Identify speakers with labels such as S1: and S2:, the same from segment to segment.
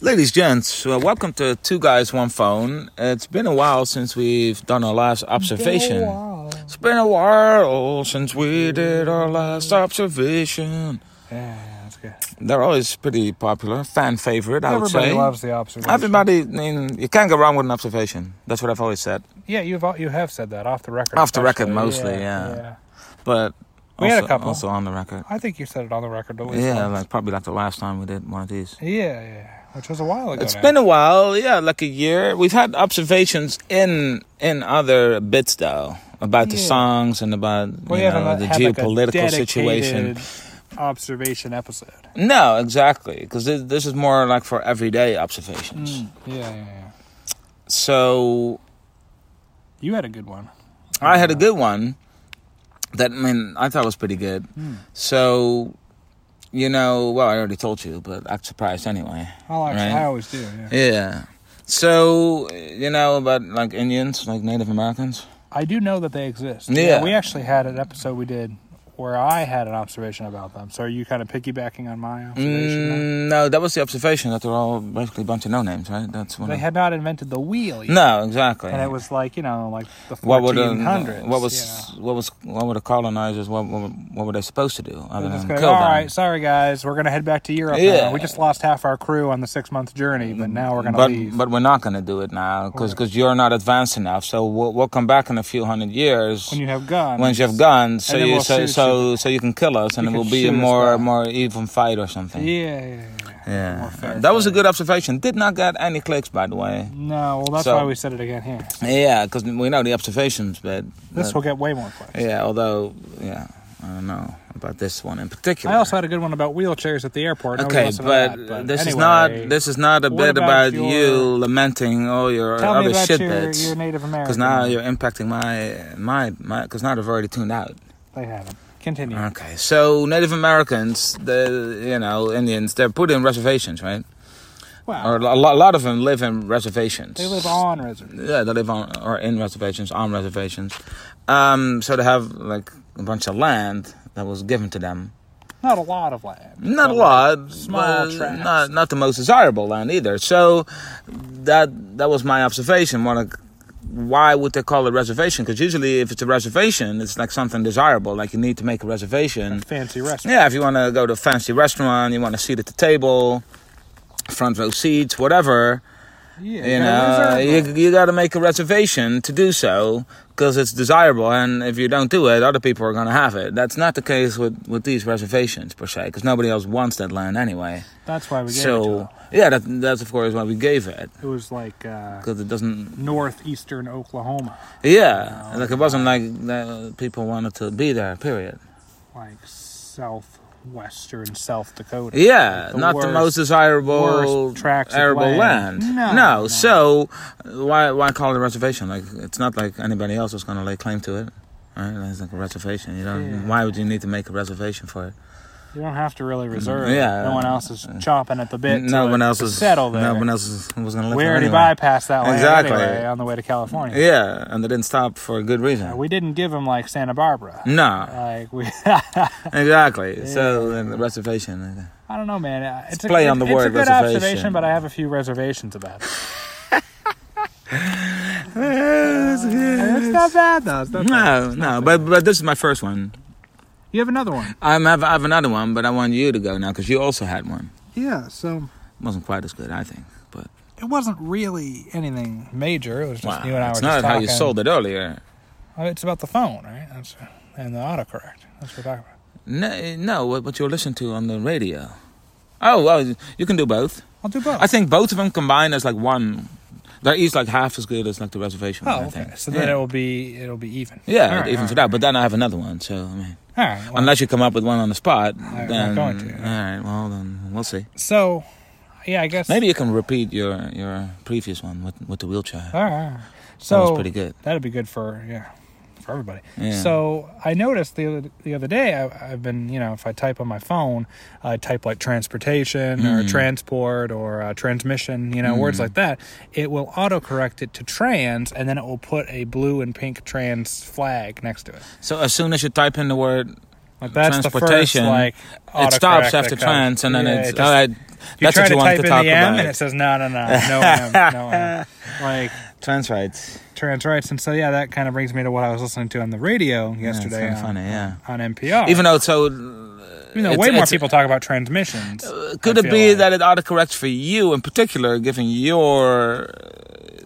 S1: Ladies, gents, uh, welcome to Two Guys, One Phone. It's been a while since we've done our last observation.
S2: Wow.
S1: It's been a while since we did our last observation.
S2: Yeah, that's good.
S1: They're always pretty popular, fan favorite, I would
S2: Everybody
S1: say.
S2: loves the observation.
S1: Everybody, I mean, you can't go wrong with an observation. That's what I've always said.
S2: Yeah, you've al- you have said that off the record.
S1: Off the record
S2: especially.
S1: mostly, yeah. But
S2: We
S1: also,
S2: had a couple.
S1: also on the record.
S2: I think you said it on the record at least.
S1: Yeah,
S2: once.
S1: like probably like the last time we did one of these.
S2: yeah, yeah, which was a while ago.
S1: It's
S2: now.
S1: been a while, yeah, like a year. We've had observations in in other bits though about the
S2: Yeah.
S1: songs and about
S2: we
S1: you
S2: haven't
S1: know, the
S2: had, like, a
S1: geopolitical situation.
S2: dedicated Observation episode.
S1: No, exactly, because this, this is more like for everyday observations.
S2: Yeah, yeah, yeah.
S1: So
S2: You had a good one.
S1: I had a good one that I mean I thought was pretty good.
S2: Hmm.
S1: So you know, well, I already told you, but I'm surprised anyway.
S2: I'll actually,
S1: Right.
S2: I always do. Yeah.
S1: Yeah. So you know about like Indians, like Native Americans.
S2: I do know that they exist.
S1: Yeah.
S2: we actually had an episode we did where I had an observation about them. So are you kind of piggybacking on my observation? now?
S1: Mm, no, that was the observation that they're all basically a bunch of no names, right? That's what. I-
S2: They had not invented the wheel yet.
S1: no, exactly.
S2: and it was like you know like the 1400s
S1: what were the what was
S2: you
S1: what was what were the colonizers? What what, what were they supposed to do?
S2: know.
S1: Other
S2: They're just
S1: than
S2: gonna,
S1: kill
S2: all
S1: them?
S2: right, sorry guys, we're gonna head back to Europe. now.
S1: um, Yeah. Mm,
S2: we just lost half our crew on the six month journey, but now we're gonna
S1: but
S2: leave.
S1: but we're not gonna do it now because
S2: Right.
S1: you're not advanced enough. So we'll, we'll come back in a few hundred years
S2: when you have guns,
S1: once you have guns, so
S2: And then
S1: you
S2: we'll
S1: so
S2: shoot
S1: so so you can kill us, and
S2: You
S1: it
S2: can
S1: will be a
S2: shoot us
S1: more
S2: back.
S1: more even fight or
S2: yeah,
S1: something.
S2: yeah, yeah, yeah.
S1: Yeah.
S2: More fair
S1: that was a
S2: fight.
S1: good observation. Did not get any clicks, by the way.
S2: No, well that's
S1: So-
S2: why we said it again here.
S1: Yeah, because we know the observations, but
S2: This
S1: but-
S2: will get way more clicks.
S1: yeah. Although, yeah, I don't know about this one in particular.
S2: I also had a good one about wheelchairs at the airport. Nobody
S1: okay,
S2: listened to
S1: but,
S2: that,
S1: this is
S2: anyway,
S1: not this is not a
S2: what
S1: bit about,
S2: about
S1: you
S2: your-
S1: lamenting all your
S2: Tell
S1: other
S2: me about
S1: shit
S2: your,
S1: bits.
S2: your Native American.
S1: Because now you're impacting my my my. Because now they've already tuned out.
S2: they haven't. Continue.
S1: Okay, so Native Americans, the you know Indians, they're put in reservations, right?
S2: wow,
S1: Or a lot, a lot of them live in reservations.
S2: Oh. they live on reservations.
S1: Yeah, they live on or in reservations, on reservations. Um, so they have like a bunch of land that was given to them.
S2: Not a lot of land.
S1: Not a
S2: but
S1: lot,
S2: small
S1: but
S2: tracts.
S1: not not the most desirable land either. So that that was my observation. What like, why would they call it reservation? Because usually, if it's a reservation, it's like something desirable. Like you need to make a reservation.
S2: fancy restaurant.
S1: Yeah, if you want to go to a fancy restaurant, you want a seat at the table, front row seats, whatever.
S2: Yeah,
S1: You know, you, you got to make a reservation to do so because it's desirable. And if you don't do it, other people are going to have it. That's not the case with, with these reservations per se because nobody else wants that land anyway.
S2: that's why we gave it to
S1: So,
S2: him.
S1: yeah, that, that's of course why we gave it
S2: It was like uh,
S1: because it doesn't,
S2: northeastern Oklahoma,
S1: yeah,
S2: No,
S1: like it wasn't like uh, people wanted to be there, period.
S2: like southwestern South Dakota.
S1: Yeah,
S2: Like the
S1: not the
S2: worst-
S1: most desirable
S2: worst tracts of
S1: arable land.
S2: land.
S1: No,
S2: No, no.
S1: so uh, why why call it a reservation? Like it's not like anybody else is going to lay claim to it. Right? It's like a reservation. You know,
S2: Yeah.
S1: why would you need to make a reservation for it?
S2: You don't have to really reserve. it.
S1: yeah.
S2: no one else is chopping at the bit.
S1: N- no
S2: to,
S1: one else
S2: to
S1: is
S2: settle there.
S1: No one else is, was going to live
S2: we
S1: there
S2: already
S1: anyway.
S2: bypassed that land
S1: Exactly.
S2: anyway on the way to California.
S1: Yeah, and they didn't stop for a good reason.
S2: Uh, we didn't give them like Santa Barbara.
S1: no,
S2: Like we,
S1: exactly. So then the reservation. uh, okay.
S2: I don't know, man. Uh, It's
S1: Let's play
S2: a,
S1: on the
S2: it's
S1: word
S2: a good
S1: reservation.
S2: observation, but I have a few reservations about it. it's not bad though. It's not bad.
S1: No, no, but but this is my first one.
S2: You have another one.
S1: I'm have I have another one, but I want you to go now because you also had one.
S2: Yeah, so
S1: wasn't quite as good, I think. But
S2: it wasn't really anything major. It was just
S1: Wow,
S2: you and I
S1: it's
S2: were
S1: not
S2: just
S1: how
S2: talking.
S1: you sold it earlier.
S2: Oh, It's about the phone, right? That's and the autocorrect. That's what we're talking about.
S1: No, no, what, what you listen to on the radio. Oh well, you can do both.
S2: I'll do both.
S1: I think both of them combined as like one. They're each like half as good as like the reservation. one,
S2: oh,
S1: I
S2: okay.
S1: think.
S2: So then
S1: yeah,
S2: it will be it'll be even.
S1: yeah
S2: All right,
S1: even
S2: all
S1: for
S2: right.
S1: that. But then I have another one. So I mean,
S2: All right. well,
S1: unless you come up with one on the spot,
S2: I'm
S1: then
S2: going to.
S1: all right. Well, then we'll see.
S2: so, yeah, I guess
S1: Maybe you can repeat your your previous one with with the wheelchair.
S2: All right, all right.
S1: that was
S2: Uh, So
S1: pretty good.
S2: that'd be good for yeah, for everybody.
S1: Yeah.
S2: So I noticed the other, the other day I, I've been you know if I type on my phone I type like transportation or
S1: Mhm.
S2: transport or uh, transmission you know words
S1: Mm-hmm.
S2: like that it will autocorrect it to trans and then it will put a blue and pink trans flag next to it.
S1: So as soon as you type in the word
S2: Like that's the first
S1: Transportation,
S2: like
S1: it
S2: autocorrect
S1: stops
S2: that
S1: after
S2: comes.
S1: trans and then
S2: Yeah,
S1: it's
S2: it just-
S1: all right
S2: You
S1: That's
S2: try
S1: what
S2: to
S1: you
S2: type
S1: wanted
S2: in
S1: to
S2: the
S1: talk
S2: M
S1: about.
S2: and it says no, no, no, no M, no M. Like
S1: Trans rights.
S2: trans rights, and so yeah, that kind of brings me to what I was listening to on the radio
S1: That's
S2: yesterday uh,
S1: kind of
S2: on,
S1: funny, yeah.
S2: on NPR.
S1: Even though it's so
S2: you know,
S1: it's-
S2: way more
S1: it's- Uh,
S2: people talk about transmissions.
S1: Could
S2: I
S1: it
S2: feel
S1: be
S2: like.
S1: that it autocorrects for you in particular, given your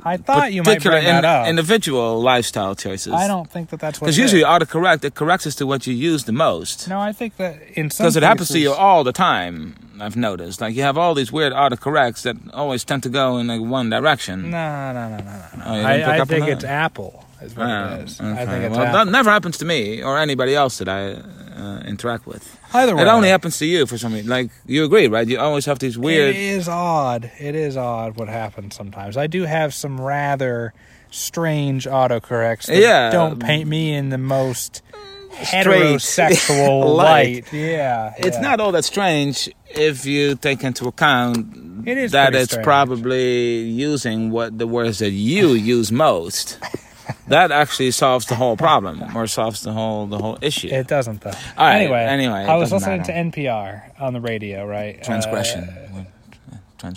S2: I thought you might
S1: particular
S2: bring that
S1: in-
S2: up.
S1: individual lifestyle choices?
S2: I don't think that that's what.
S1: Because
S2: it
S1: usually uh,
S2: is.
S1: autocorrect it corrects us to what you use the most.
S2: no, I think that in some
S1: Because it happens to
S2: cases-
S1: you all the time. I've noticed. Like you have all these weird autocorrects that always tend to go in like one direction.
S2: No, no, no, no, no.
S1: Oh, you didn't pick
S2: I,
S1: up
S2: I
S1: on
S2: think
S1: that?
S2: it's Apple. Is
S1: Oh,
S2: what it is.
S1: okay.
S2: I think it's
S1: well,
S2: Apple.
S1: that never happens to me or anybody else that I uh, interact with.
S2: Either way,
S1: It only happens to you for some reason. Like you agree, right? You always have these weird.
S2: It is odd. It is odd what happens sometimes. I do have some rather strange autocorrects that
S1: Yeah.
S2: don't paint me in the most heterosexual
S1: Light.
S2: light. Yeah,
S1: It's
S2: yeah.
S1: not all that strange if you take into account
S2: It is
S1: that
S2: pretty
S1: it's
S2: strange.
S1: probably using what the words that you use most. that actually solves the whole problem or solves the whole the whole issue.
S2: It uh, doesn't though.
S1: right,
S2: anyway,
S1: anyway, it
S2: I was
S1: doesn't
S2: listening to NPR on the radio, right?
S1: transgression.
S2: Uh,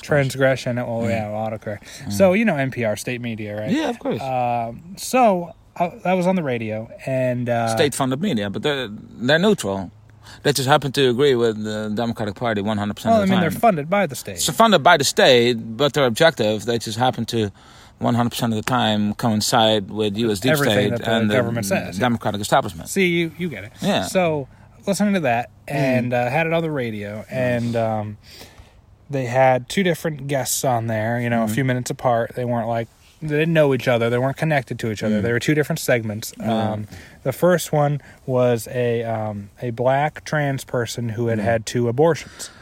S1: transgression.
S2: transgression. Oh yeah, autocorrect. So you know NPR, state media, right?
S1: yeah, of course.
S2: Um, so I, I was on the radio and uh,
S1: State funded media, but they're they're neutral. They just happen to agree with the Democratic Party 100% of the
S2: Well, I mean,
S1: time.
S2: they're funded by the state.
S1: it's funded by the state, but they're objective. They just happen to 100% of the time coincide with U.S. deep
S2: Everything
S1: state
S2: that the
S1: and
S2: government says.
S1: Democratic establishment.
S2: See, you you get it.
S1: Yeah. Mm.
S2: So listening to that, and uh, had it on the radio, and um, they had two different guests on there. You know,
S1: Mm-hmm.
S2: a few minutes apart. They weren't like they didn't know each other. They weren't connected to each other.
S1: Mm.
S2: They were two different segments. Um, the first one was a um, a black trans person who had had two abortions. And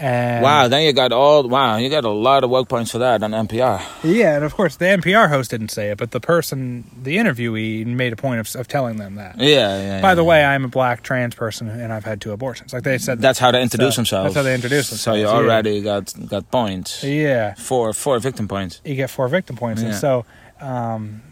S1: Mm. Wow, then you got all wow, you got a lot of work points for that on NPR.
S2: Yeah, and of course the NPR host didn't say it, but the person, the interviewee, made a point of, of telling them that.
S1: Yeah, yeah.
S2: By
S1: yeah.
S2: the way, I'm a black trans person and I've had two abortions. Like they said,
S1: that's how they introduce
S2: so-
S1: themselves.
S2: That's how they introduce
S1: So
S2: themselves.
S1: you
S2: yeah.
S1: already got got points.
S2: yeah,
S1: Four four victim points.
S2: you get four victim points, and
S1: Yeah.
S2: so um,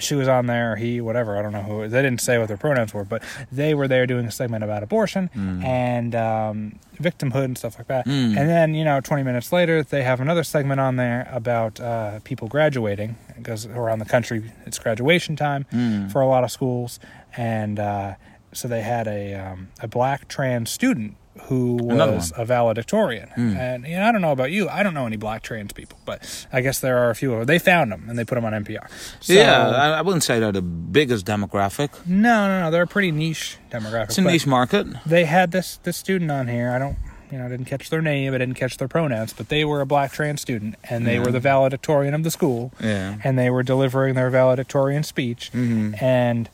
S2: she was on there. or He, whatever, I don't know who. They didn't say what their pronouns were, but they were there doing a segment about abortion and um, victimhood and stuff like that.
S1: Mm.
S2: And then you know, 20 minutes later, they have another segment on there about uh, people graduating because around the country it's graduation time
S1: Mm.
S2: for a lot of schools, and uh, so they had a um, a black trans student who
S1: Another Mm.
S2: was a valedictorian. And you know, I don't know about you. I don't know any black trans people, but I guess there are a few of them. They found them and they put them on NPR. So,
S1: yeah, I, I wouldn't say they're the biggest demographic.
S2: no, no, no. They're a pretty niche demographic.
S1: It's a
S2: but
S1: niche market.
S2: They had this this student on here. I don't. You know, I didn't catch their name. I didn't catch their pronouns, but they were a black trans student, and they were the valedictorian of the school,
S1: Yeah.
S2: and they were delivering their valedictorian speech.
S1: Mm-hmm.
S2: And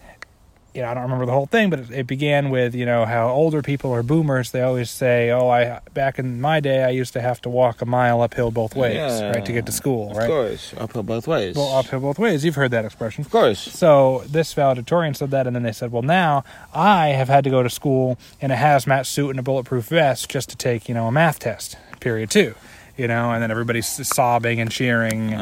S2: you know, I don't remember the whole thing, but it, it began with you know how older people or boomers they always say, "Oh, I back in my day I used to have to walk a mile uphill both ways,
S1: Yeah.
S2: right, to get to school,
S1: Of
S2: right?
S1: course. Uphill both ways.
S2: Well, uphill both ways. You've heard that expression."
S1: of course.
S2: So this valedictorian said that, and then they said, "Well, now I have had to go to school in a hazmat suit and a bulletproof vest just to take, you know, a math test, period two, you know." And then everybody's sobbing and cheering. And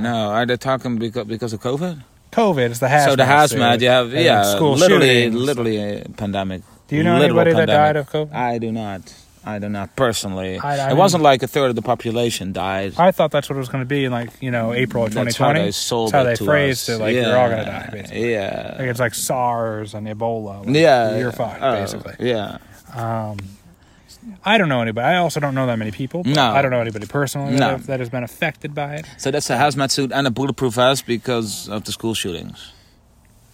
S1: Uh, no, are they talking because, because of COVID?
S2: COVID is the hazmat.
S1: so the hazmat,
S2: suit
S1: you have,
S2: and
S1: yeah,
S2: school
S1: literally,
S2: shootings.
S1: literally a pandemic.
S2: Do you know
S1: Literal
S2: anybody that
S1: pandemic.
S2: died of COVID?
S1: I do not. I do not personally.
S2: I- I
S1: it wasn't like a third of the population died.
S2: I thought that's what it was going to be in like you know April of
S1: That's how
S2: 2020.
S1: they sold
S2: That's how
S1: it
S2: they
S1: to us.
S2: phrased it, like
S1: yeah.
S2: you're all going to die. Basically.
S1: Yeah.
S2: Like it's like SARS and Ebola. like,
S1: Yeah.
S2: you're fucked
S1: Oh,
S2: basically.
S1: Yeah.
S2: Um, I don't know anybody. I also don't know that many people. but
S1: No.
S2: I don't know anybody personally
S1: No.
S2: that, have- that has been affected by it.
S1: So that's a hazmat suit and a bulletproof vest because of the school shootings.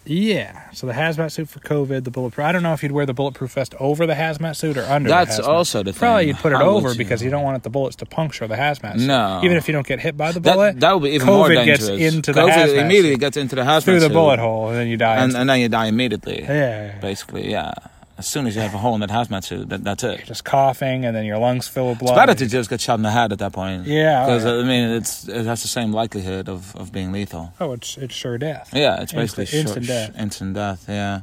S2: Yeah. So the hazmat suit for COVID, the bulletproof. I don't know if you'd wear the bulletproof vest over the hazmat suit or under.
S1: That's
S2: the hazmat.
S1: also the thing.
S2: Probably you'd put it
S1: How would
S2: over
S1: you-
S2: because you don't want it, the bullets to puncture the hazmat suit.
S1: No.
S2: Even if you don't get hit by the bullet,
S1: That, that would be even
S2: COVID
S1: more dangerous.
S2: gets into the
S1: COVID
S2: hazmat suit
S1: immediately gets into the hazmat
S2: through the
S1: suit
S2: bullet hole, and then you die.
S1: and, uh,
S2: instantly.
S1: and then you die immediately.
S2: yeah.
S1: Basically, yeah. As soon as you have a hole in that hazmat suit, that, that's it.
S2: Just coughing, and then your lungs fill with blood.
S1: It's better to just get shot in the head at that point.
S2: Yeah,
S1: because
S2: alright.
S1: I mean, it's it has the same likelihood of, of being lethal.
S2: oh, it's it's sure death.
S1: Yeah, it's basically
S2: Instant- instant
S1: short-
S2: death.
S1: Instant death. Yeah.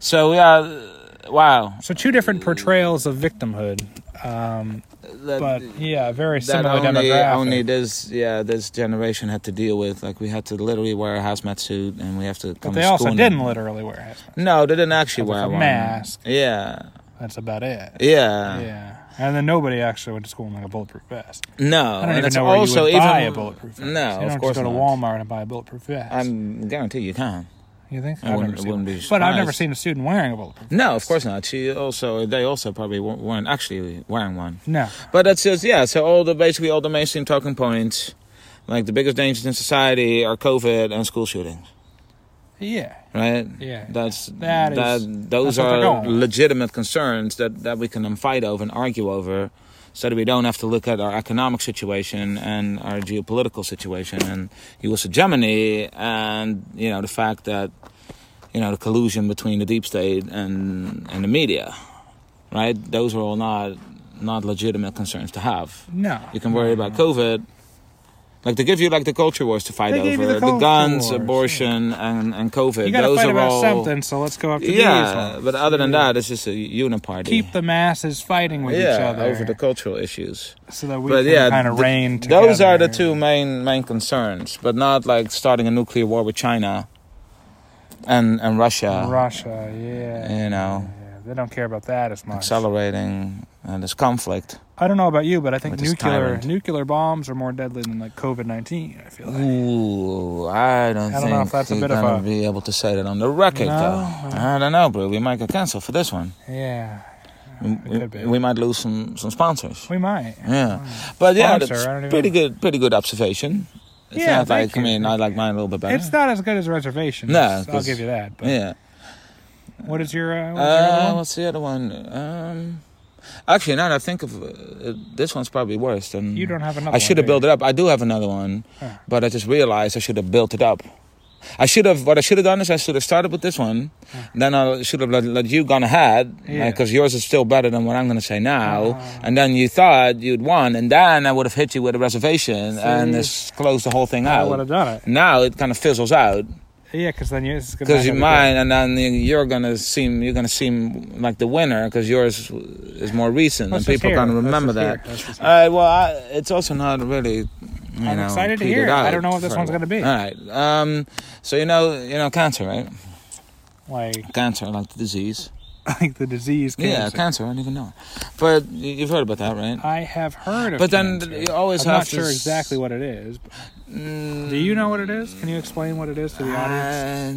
S1: So yeah, uh, wow.
S2: So two different portrayals of victimhood, um,
S1: That,
S2: but yeah, very
S1: that
S2: similar
S1: only,
S2: demographic.
S1: only this yeah this generation had to deal with. Like we had to literally wear a hazmat suit, and we have to come.
S2: but they
S1: to
S2: also
S1: school
S2: didn't
S1: and,
S2: literally wear hazmat.
S1: No, they didn't actually
S2: It was
S1: wear
S2: a
S1: one.
S2: mask.
S1: Yeah.
S2: That's about it.
S1: Yeah.
S2: Yeah. And then nobody actually went to school in like a bulletproof vest.
S1: No,
S2: I don't
S1: and
S2: even
S1: it's
S2: know where
S1: also
S2: you would buy
S1: even
S2: a bulletproof vest.
S1: No,
S2: you don't
S1: of
S2: just
S1: course
S2: go to
S1: not.
S2: Walmart and buy a bulletproof vest.
S1: I'm guarantee you can.
S2: you think?
S1: I
S2: I've
S1: wouldn't-
S2: never seen
S1: wouldn't be
S2: one. But I've never
S1: surprised.
S2: seen a student wearing a bulletproof.
S1: No, of course not. She also they also probably wa- weren't actually wearing one.
S2: No,
S1: But that's just yeah. So all the basically all the mainstream talking points, like the biggest dangers in society are COVID and school shootings,
S2: yeah,
S1: right?
S2: yeah.
S1: That's
S2: That
S1: that.
S2: is-
S1: those
S2: that's what they're
S1: are
S2: going with.
S1: legitimate concerns that that we can um, fight over and argue over, so that we don't have to look at our economic situation and our geopolitical situation and U.S. hegemony and you know the fact that you know the collusion between the deep state and and the media, right? Those are all not not legitimate concerns to have.
S2: no,
S1: You can worry about COVID. Like they give you like the culture wars to fight
S2: They
S1: over,
S2: gave you the culture
S1: guns,
S2: wars, yeah.
S1: abortion, and and COVID.
S2: You got to
S1: Those
S2: fight
S1: are
S2: about
S1: all
S2: something, so let's go after these
S1: yeah,
S2: ones.
S1: but other than
S2: Yeah.
S1: that, it's just a uniparty.
S2: keep the masses fighting with
S1: yeah,
S2: each other
S1: over the cultural issues.
S2: so that we
S1: but
S2: can
S1: yeah,
S2: kind of
S1: th-
S2: reign together.
S1: Those are the two main main concerns, but not like starting a nuclear war with China and and Russia,
S2: Russia, yeah.
S1: You know.
S2: Yeah, they don't care about that as much.
S1: accelerating uh, this conflict.
S2: I don't know about you, but I think
S1: With this
S2: nuclear
S1: tyrant.
S2: nuclear bombs are more deadly than like COVID nineteen. I feel
S1: Mm.
S2: like.
S1: Ooh, I don't,
S2: I don't know
S1: think
S2: if that's a
S1: we're
S2: bit of
S1: gonna
S2: a-
S1: be able to say that on the record,
S2: No?
S1: though. I don't know, bro. We might get canceled for this one.
S2: Yeah,
S1: We,
S2: could be.
S1: we might lose some some sponsors.
S2: we might.
S1: Yeah, but yeah,
S2: Sponsor, I don't
S1: that's
S2: even
S1: pretty
S2: know.
S1: good. Pretty good observation. It's
S2: Yeah,
S1: not
S2: thank
S1: like I
S2: you,
S1: mean I
S2: thank
S1: like
S2: you.
S1: mine a little bit better.
S2: It's not as good as reservations.
S1: No,
S2: I'll
S1: 'cause-
S2: give you that. But
S1: uh, yeah.
S2: what is your? Uh, what
S1: Uh,
S2: is your other one?
S1: what's the other one? Um, actually, now that I think of uh, this one's probably worse than
S2: You don't have another.
S1: I should have built it up. I do have another one,
S2: Huh.
S1: but I just realized I should have built it up. I should have. What I should have done is I should have started with this one, then I should have let, let you gone ahead
S2: Yeah.
S1: because yours is still better than what I'm going to say now.
S2: Ah.
S1: And then you thought you'd won, and then I would have hit you with a reservation and
S2: See?
S1: this closed the whole thing
S2: I
S1: out.
S2: would have done it.
S1: now it kind of fizzles out
S2: Yeah, because then you.
S1: because you're mine, and then you- you're gonna seem you're gonna seem like the winner because yours is more recent, and
S2: Let's just
S1: people
S2: hear
S1: are gonna
S2: it. Let's
S1: remember
S2: just hear
S1: that.
S2: it. Let's just hear
S1: Uh, well, I, it's also not really. You
S2: I'm
S1: know,
S2: excited to
S1: tweeted
S2: hear it. I
S1: out
S2: don't know what this
S1: very
S2: one's
S1: well.
S2: gonna be.
S1: All right. Um. So you know, you know, cancer, right?
S2: Like
S1: Cancer, like the disease.
S2: like the disease.
S1: Yeah,
S2: cancer.
S1: cancer. I don't even know. But you- you've heard about that, right?
S2: I have heard of.
S1: But then
S2: cancer.
S1: you always
S2: I'm
S1: have
S2: not
S1: to
S2: sure
S1: s-
S2: exactly what it is. but-
S1: Mm,
S2: Do you know what it is? Can you explain what it is to the audience?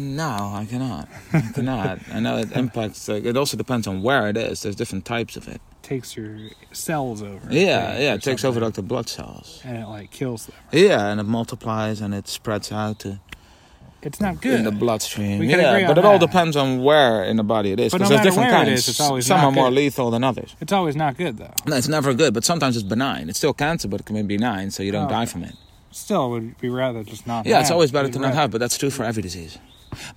S1: Uh, no, I cannot. I cannot. I know it impacts. Like, it also depends on where it is. There's different types of it.
S2: takes your cells over. I
S1: Yeah,
S2: think,
S1: yeah.
S2: or
S1: It takes over
S2: something,
S1: like the blood cells.
S2: and it like kills them.
S1: Yeah, and it multiplies and it spreads out to
S2: It's not
S1: in
S2: good.
S1: the bloodstream.
S2: We can
S1: yeah,
S2: agree
S1: but
S2: on
S1: it all
S2: that.
S1: depends on where in the body it is.
S2: But
S1: Because
S2: no
S1: there's
S2: matter
S1: different
S2: where it
S1: kinds.
S2: is, it's always
S1: Some
S2: not
S1: are more
S2: good.
S1: lethal than others.
S2: it's always not good though.
S1: No, it's never good, but sometimes it's benign. It's still cancer, but it can be benign, so you don't
S2: Oh,
S1: die
S2: okay.
S1: from it.
S2: Still, it would be rather just not.
S1: Yeah, it's
S2: have
S1: always
S2: it.
S1: better
S2: You'd
S1: to not
S2: rather-
S1: have, but that's true for every disease.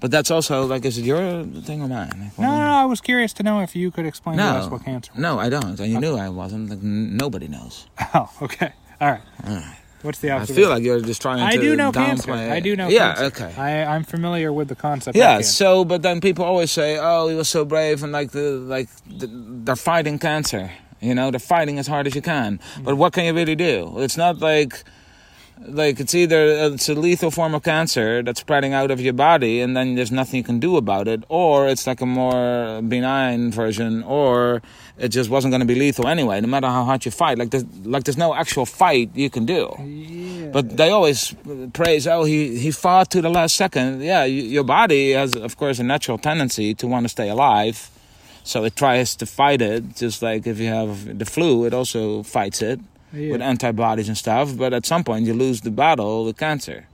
S1: But that's also like, is it your thing or mine? Like,
S2: No, no,
S1: well,
S2: no. I was curious to know if you could explain to us
S1: No.
S2: what cancer. Was.
S1: no, I don't. And you knew I wasn't. Like n- nobody knows.
S2: Oh, okay. All right.
S1: Alright.
S2: What's the
S1: I
S2: opposite?
S1: feel like you're just trying
S2: I
S1: to
S2: do know
S1: downplay.
S2: cancer. I do know.
S1: Yeah,
S2: cancer.
S1: okay.
S2: I, I'm familiar with the concept.
S1: Yeah.
S2: Of cancer.
S1: So, but then people always say, "Oh, he was so brave," and like the like the, they're fighting cancer. You know, they're fighting as hard as you can. But what can you really do? It's not like like it's either uh, it's a lethal form of cancer that's spreading out of your body, and then there's nothing you can do about it, or it's like a more benign version, or it just wasn't going to be lethal anyway, no matter how hard you fight. Like there's like there's no actual fight you can do.
S2: Yeah.
S1: But they always praise, oh, he, he fought to the last second. Yeah, y your body has, of course, a natural tendency to want to stay alive. So it tries to fight it, just like if you have the flu, it also fights it
S2: yeah.
S1: with antibodies and stuff. But at some point, you lose the battle with cancer.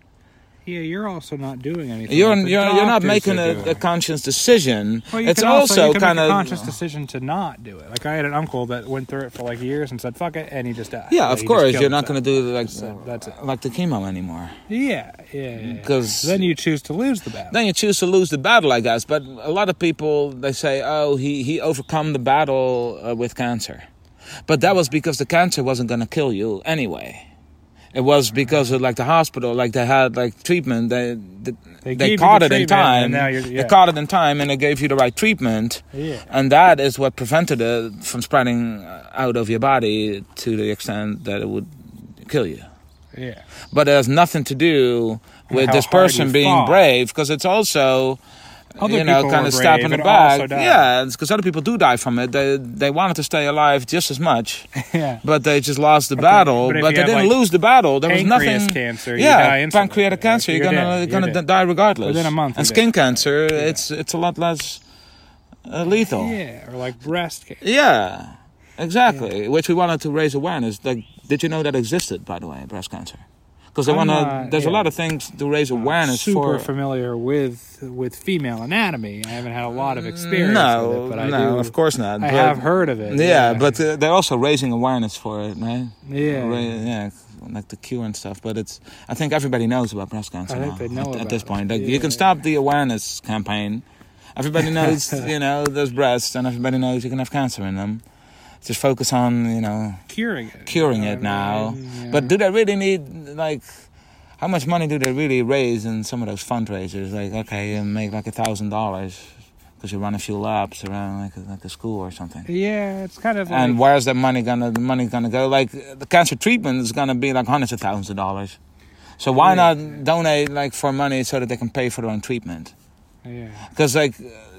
S2: Yeah, you're also not doing anything.
S1: You're,
S2: that the
S1: you're, you're not
S2: doctors
S1: making
S2: are
S1: a,
S2: doing.
S1: a conscious decision.
S2: Well, you
S1: it's
S2: can also, you
S1: also
S2: can
S1: kind
S2: make
S1: of.
S2: a conscious decision to not do it. Like I had an uncle that went through it for like years and said "fuck it," and he just died.
S1: yeah, of course, you're not going
S2: to.
S1: to do like,
S2: That's it.
S1: like the chemo anymore.
S2: Yeah, yeah. yeah.
S1: Because
S2: Then you choose to lose the battle.
S1: then you choose to lose the battle, I guess. But a lot of people they say, "Oh, he he overcome the battle uh, with cancer," but that was because the cancer wasn't going to kill you anyway. It was because of like the hospital, like they had like treatment. They they, they,
S2: gave you the
S1: caught it in
S2: treatment, and
S1: time.
S2: now you're- yeah.
S1: They caught it in time, and they gave you the right treatment,
S2: yeah,
S1: and that is what prevented it from spreading uh, out of your body to the extent that it would kill you
S2: yeah.
S1: but it has nothing to do with
S2: How
S1: this
S2: hard
S1: person
S2: you
S1: being
S2: fought.
S1: brave because it's also
S2: Other
S1: you know,
S2: people
S1: kind
S2: were
S1: of stabbing
S2: brave
S1: the
S2: and also
S1: back.
S2: died.
S1: Yeah, because other people do die from it. They they wanted to stay alive just as much,
S2: yeah.
S1: but they just lost the battle.
S2: but
S1: But,
S2: if you
S1: they
S2: have,
S1: didn't
S2: like,
S1: lose the battle. There was
S2: pancreas
S1: nothing.
S2: cancer, you die
S1: yeah,
S2: instantly.
S1: pancreatic
S2: If
S1: cancer. You're,
S2: you're
S1: gonna you're
S2: dead, you're
S1: gonna
S2: dead.
S1: die regardless.
S2: Within a month,
S1: And
S2: you're
S1: skin cancer, it's it's a lot less uh, lethal.
S2: Yeah, or like breast cancer.
S1: Yeah, exactly. Which we wanted to raise awareness. Like, did you know that existed, by the way, breast cancer? Because they
S2: I'm
S1: want to.
S2: not-
S1: There's a
S2: yeah.
S1: lot of things to raise awareness
S2: super
S1: for.
S2: familiar with with female anatomy. I haven't had a lot of experience with
S1: no,
S2: it, but I
S1: no,
S2: do.
S1: of course not.
S2: I
S1: but-
S2: have heard of it.
S1: Yeah, but uh, they're also raising awareness for it, right?
S2: Yeah.
S1: Ra- yeah, like the cure and stuff. But it's. I think everybody knows about breast cancer
S2: I think
S1: now.
S2: they know
S1: at, at
S2: about
S1: this
S2: it,
S1: point, like you
S2: yeah.
S1: can stop the awareness campaign. Everybody knows, you know, there's breasts, and everybody knows you can have cancer in them. Just focus on, you know,
S2: curing it,
S1: curing
S2: I
S1: it now.
S2: mean, yeah.
S1: But do they really need like? How much money do they really raise in some of those fundraisers? Like, okay, you make like a thousand dollars because you run a few laps around like like a school or something.
S2: yeah, it's kind of like
S1: And where's that money gonna the money gonna go? Like the cancer treatment is gonna be like hundreds of thousands of dollars. So why
S2: Yeah.
S1: not donate like for money so that they can pay for their own treatment?
S2: yeah.
S1: Because like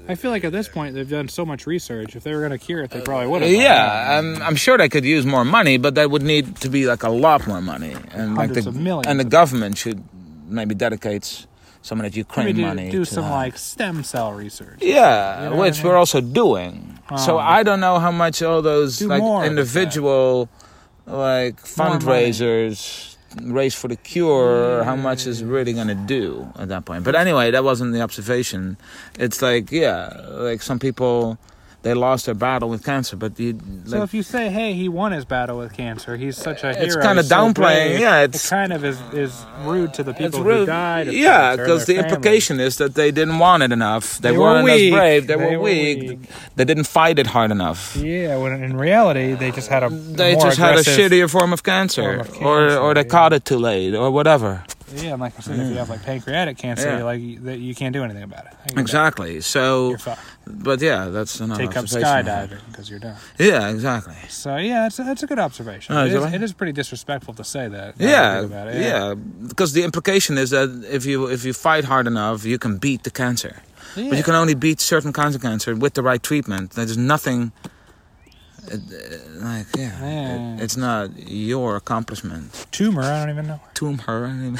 S2: I feel like at this point they've done so much research. If they were going to cure it, they probably would have.
S1: yeah, I'm, I'm sure they could use more money, but that would need to be like a lot more money, and like
S2: Hundreds
S1: the
S2: of millions.
S1: and the government should maybe dedicate some of that
S2: Maybe
S1: Ukraine
S2: do,
S1: money. to
S2: do some
S1: that.
S2: like stem cell research.
S1: yeah,
S2: You know what
S1: which
S2: I mean?
S1: we're also doing. so
S2: Um,
S1: I don't know how much all those
S2: do
S1: like
S2: more of that.
S1: individual like
S2: money.
S1: fundraisers race for the cure how much is really going to do at that point but anyway that wasn't the observation it's like yeah like some people they lost their battle with cancer but you like,
S2: So if you say, "Hey, he won his battle with cancer. He's such a hero,"
S1: It's kinda
S2: he's so
S1: downplaying,
S2: brave,"
S1: yeah,
S2: it
S1: it's-
S2: kind of is is rude to the people
S1: It's
S2: who
S1: rude.
S2: died. of
S1: Yeah,
S2: cancer and
S1: because the
S2: their families.
S1: implication is that they didn't want it enough. They,
S2: They were
S1: weren't as
S2: weak.
S1: brave. They,
S2: They
S1: were,
S2: were
S1: weak.
S2: weak.
S1: They didn't fight it hard enough.
S2: Yeah, when in reality they just had a
S1: They
S2: more
S1: just had a
S2: aggressive-
S1: shittier form of cancer,
S2: form of
S1: or
S2: cancer,
S1: or they
S2: yeah.
S1: caught it too late, or whatever.
S2: Yeah, and like I said, if you have like pancreatic cancer,
S1: Yeah.
S2: you like you- that you can't do anything about it. You're
S1: Exactly.
S2: done.
S1: So,
S2: You're fucked.
S1: but yeah, that's another
S2: Take up
S1: observation.
S2: skydiving because you're done.
S1: Yeah, exactly.
S2: So yeah, that's a, that's a good observation.
S1: Oh,
S2: it,
S1: is it
S2: is,
S1: like-
S2: it is pretty disrespectful to say that. now that I
S1: Yeah,
S2: think about it.
S1: yeah. Because the implication is that if you if you fight hard enough, you can beat the cancer.
S2: Yeah.
S1: But you can only beat certain kinds of cancer with the right treatment. There's nothing. uh, uh, Like yeah,
S2: Yeah.
S1: it- it's not your accomplishment.
S2: tumor. I don't even know.
S1: Tomb her, I mean,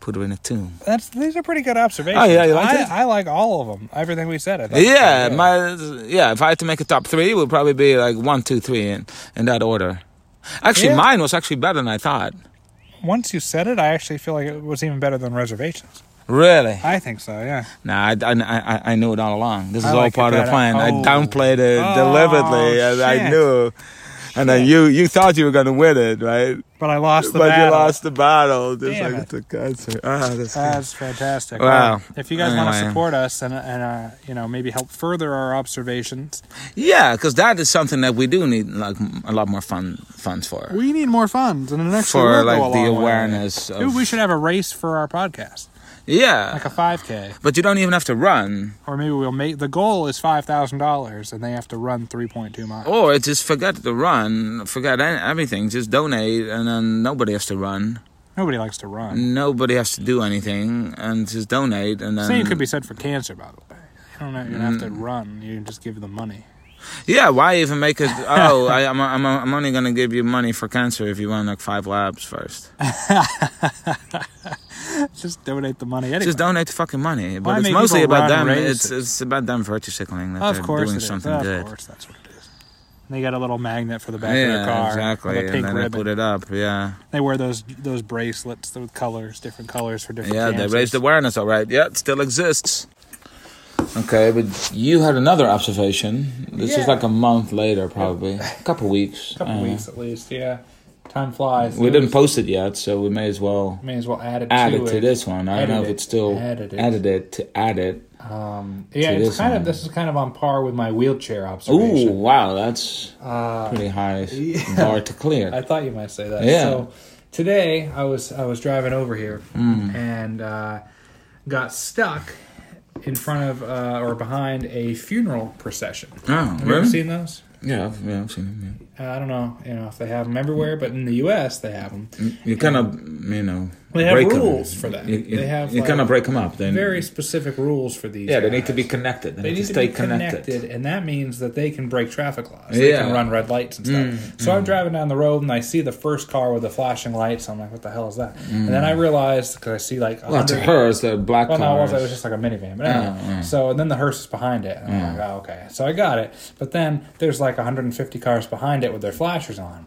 S1: put her in a tomb.
S2: That's these are pretty good observations.
S1: Oh, yeah, you like
S2: I,
S1: it?
S2: I like all of them. Everything we said. I thought was
S1: yeah,
S2: pretty good.
S1: my yeah. If I had to make a top three, it would probably be like one, two, three in in that order. Actually,
S2: Yeah.
S1: mine was actually better than I thought.
S2: Once you said it, I actually feel like it was even better than reservations.
S1: Really?
S2: I think so. Yeah.
S1: Nah, I, I, I, I knew it all along. This
S2: I
S1: is all
S2: like it
S1: part of the
S2: better.
S1: plan. I
S2: Oh.
S1: downplayed it
S2: Oh,
S1: deliberately, and I
S2: shit.
S1: knew. And then you you thought you were gonna win it, right?
S2: But I lost the
S1: but
S2: battle.
S1: you lost the battle, just
S2: Damn
S1: like
S2: it.
S1: the cancer. Ah, that's
S2: That's fantastic.
S1: Wow.
S2: Well, if you guys want to
S1: Anyway.
S2: support us and and uh, you know maybe help further our observations,
S1: yeah, because that is something that we do need like m- a lot more fun funds for.
S2: we need more funds and an extra
S1: for
S2: will go a
S1: like the
S2: long way.
S1: awareness
S2: Maybe
S1: of
S2: we should have a race for our podcast,
S1: yeah,
S2: like a 5K,
S1: but you don't even have to run,
S2: or maybe we'll make the goal is five thousand dollars, and they have to run 3.2 miles.
S1: or just forget to run, forget an- everything, just donate, and then nobody has to run,
S2: Nobody likes to run.
S1: nobody has to do anything, and just donate, and Mm. then
S2: Same could be said for cancer, by the way. You don't know, you don't have to run. You just give them money.
S1: Yeah, why even make it? Oh, I, I'm I'm I'm only gonna give you money for cancer if you run like five laps first.
S2: Just donate the money anyway.
S1: Just donate the fucking money. But
S2: Why
S1: it's
S2: make
S1: mostly
S2: people
S1: about them.
S2: run
S1: It's
S2: races?
S1: it's about them virtue signaling that
S2: of
S1: they're
S2: course,
S1: doing
S2: it is.
S1: something
S2: of
S1: good.
S2: course, that's what it is. And they got a little magnet for the back of their
S1: Yeah,
S2: car.
S1: exactly.
S2: With a
S1: And
S2: pink
S1: then
S2: ribbon.
S1: they put it up. Yeah,
S2: They wear those those bracelets with colors, different colors for different.
S1: yeah. They
S2: cancers.
S1: raised awareness. All right. Yeah, it still exists. Okay, but you had another observation. This is
S2: Yeah.
S1: like a month later, probably a couple weeks.
S2: couple
S1: Uh,
S2: weeks at least. Yeah, time flies.
S1: We didn't post it yet, so we may as well
S2: May as well add it
S1: add
S2: to
S1: it
S2: it.
S1: to this one. I don't know if
S2: Edit it.
S1: it's still
S2: Edit it.
S1: edited to add it.
S2: Um, yeah,
S1: To
S2: it's
S1: this
S2: kind
S1: one.
S2: of this is kind of on par with my wheelchair
S1: Ooh,
S2: observation.
S1: wow, that's
S2: Uh,
S1: pretty high
S2: yeah.
S1: bar to
S2: I
S1: clear.
S2: thought you might say that.
S1: Yeah.
S2: So today I was I was driving over here
S1: Mm.
S2: and uh, got stuck in front of uh, or behind a funeral procession.
S1: Oh,
S2: Have you ever
S1: really?
S2: seen those?
S1: Yeah, I've, yeah, I've seen them. Mm.
S2: Uh, I don't know, you know, if they have them everywhere, but in the U.S. they have them.
S1: Yeah. You kind of, you know,
S2: They have
S1: break 'em.
S2: rules for that.
S1: You, you,
S2: they have
S1: you
S2: like,
S1: kind of break them up. Then
S2: very specific rules for these.
S1: yeah, they need
S2: guys.
S1: to be connected. They,
S2: They
S1: need,
S2: need
S1: to
S2: to
S1: stay
S2: be
S1: connected.
S2: connected, and that means that they can break traffic laws. They
S1: Yeah. Mm,
S2: can run red lights and stuff. so I'm driving down the road and I see the first car with the flashing lights. I'm like, "What the hell is that?" And
S1: Mm.
S2: then I realized because I see like a
S1: Well, to
S2: hundred-
S1: her, it's the black
S2: well, no, it
S1: cars.
S2: was, it was just like a minivan. But anyway, so and then the hearse is behind it. And I'm like, oh, okay. So I got it. But then there's like 150 cars behind it with their flashers on,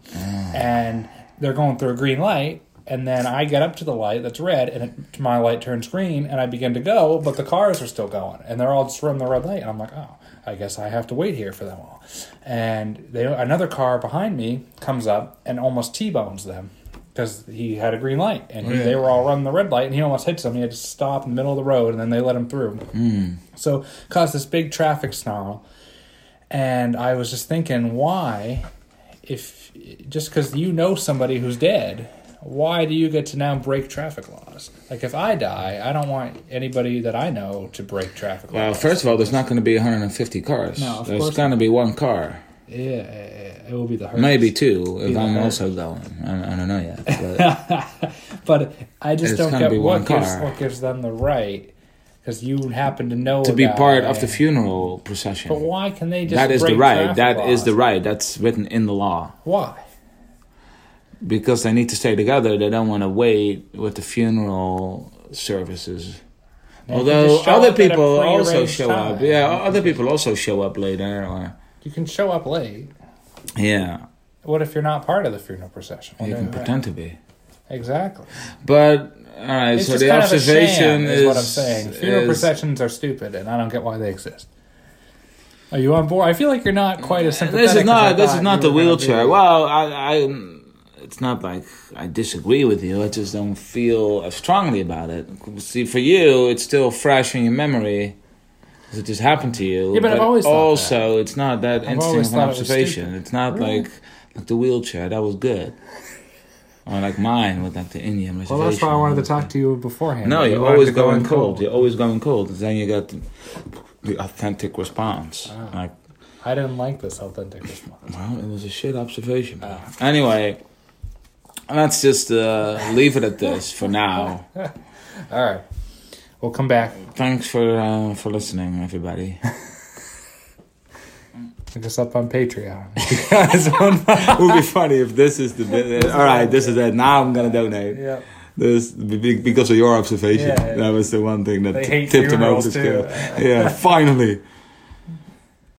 S2: and they're going through a green light. And then I get up to the light that's red, and it, my light turns green, and I begin to go, but the cars are still going, and they're all just from the red light. And I'm like, oh, I guess I have to wait here for them all. And they another car behind me comes up and almost t-bones them because he had a green light
S1: Oh,
S2: and he, they were all running the red light and he almost hits them. He had to stop in the middle of the road and then they let him through.
S1: Hmm.
S2: So caused this big traffic snarl. And I was just thinking, why, if just because you know somebody who's dead, why do you get to now break traffic laws? Like if I die, I don't want anybody that I know to break traffic
S1: Well,
S2: laws.
S1: first of all, there's not going to be 150 cars.
S2: No, of
S1: there's
S2: course
S1: going to be one car,
S2: Yeah, it will be the hurt.
S1: maybe two, if
S2: Yeah.
S1: I'm also going. I, I don't know yet. But
S2: But I just
S1: It's
S2: don't
S1: gonna
S2: get
S1: be one
S2: what gives,
S1: car.
S2: what gives them the right, because you happen to know
S1: to be
S2: about
S1: part
S2: it.
S1: of the funeral
S2: But
S1: procession.
S2: why can they just?
S1: That is the
S2: break
S1: right.
S2: traffic
S1: That is the
S2: laws?
S1: right. That's written in the law.
S2: Why?
S1: Because they need to stay together. They don't want to wait with the funeral services.
S2: can
S1: Although
S2: just show
S1: other
S2: up at a
S1: people also
S2: prearranged
S1: show up.
S2: time.
S1: Yeah, o- other people also show up later. Or
S2: You can show up late.
S1: yeah,
S2: What if you're not part of the funeral procession?
S1: you
S2: Well,
S1: can
S2: no,
S1: pretend to be.
S2: Exactly.
S1: But all right,
S2: It's
S1: so
S2: just
S1: the
S2: kind
S1: observation
S2: of a sham,
S1: is,
S2: is, what I'm saying. Funeral
S1: is-
S2: processions are stupid, and I don't get why they exist. Are you on board? I feel like you're not quite as sympathetic.
S1: This is
S2: as I
S1: not. This is
S2: thought
S1: not
S2: you
S1: the
S2: were gonna
S1: wheelchair.
S2: be.
S1: Well, I, I, it's not like I disagree with you. I just don't feel as strongly about it. See, for you, it's still fresh in your memory. 'cause It just happened to you.
S2: Yeah, but I've always thought that.
S1: also it's not that instant
S2: always
S1: of an
S2: thought it was
S1: observation.
S2: stupid.
S1: It's not
S2: Really?
S1: like like the wheelchair that was good, or like mine with like the Indian reservation.
S2: Well, that's why I wanted to talk to you beforehand.
S1: No,
S2: You
S1: you're
S2: wanted
S1: always
S2: to go
S1: going
S2: in
S1: cold. You're always going cold. Then you got the, the authentic
S2: Ah.
S1: response. Like,
S2: I didn't like this authentic response.
S1: well, it was a shit observation.
S2: Ah.
S1: Anyway, let's just uh, leave it at this for now.
S2: All right, we'll come back.
S1: Thanks for uh, for listening, everybody.
S2: Look us up on Patreon. If you guys want-
S1: it would be funny if this is the bit. All right, this is it. Now I'm gonna donate.
S2: yeah.
S1: This be- be- because of your observation.
S2: Yeah, yeah.
S1: That was the one thing that
S2: They
S1: t-
S2: hate
S1: tipped him over
S2: funerals
S1: the
S2: too.
S1: scale. yeah, finally.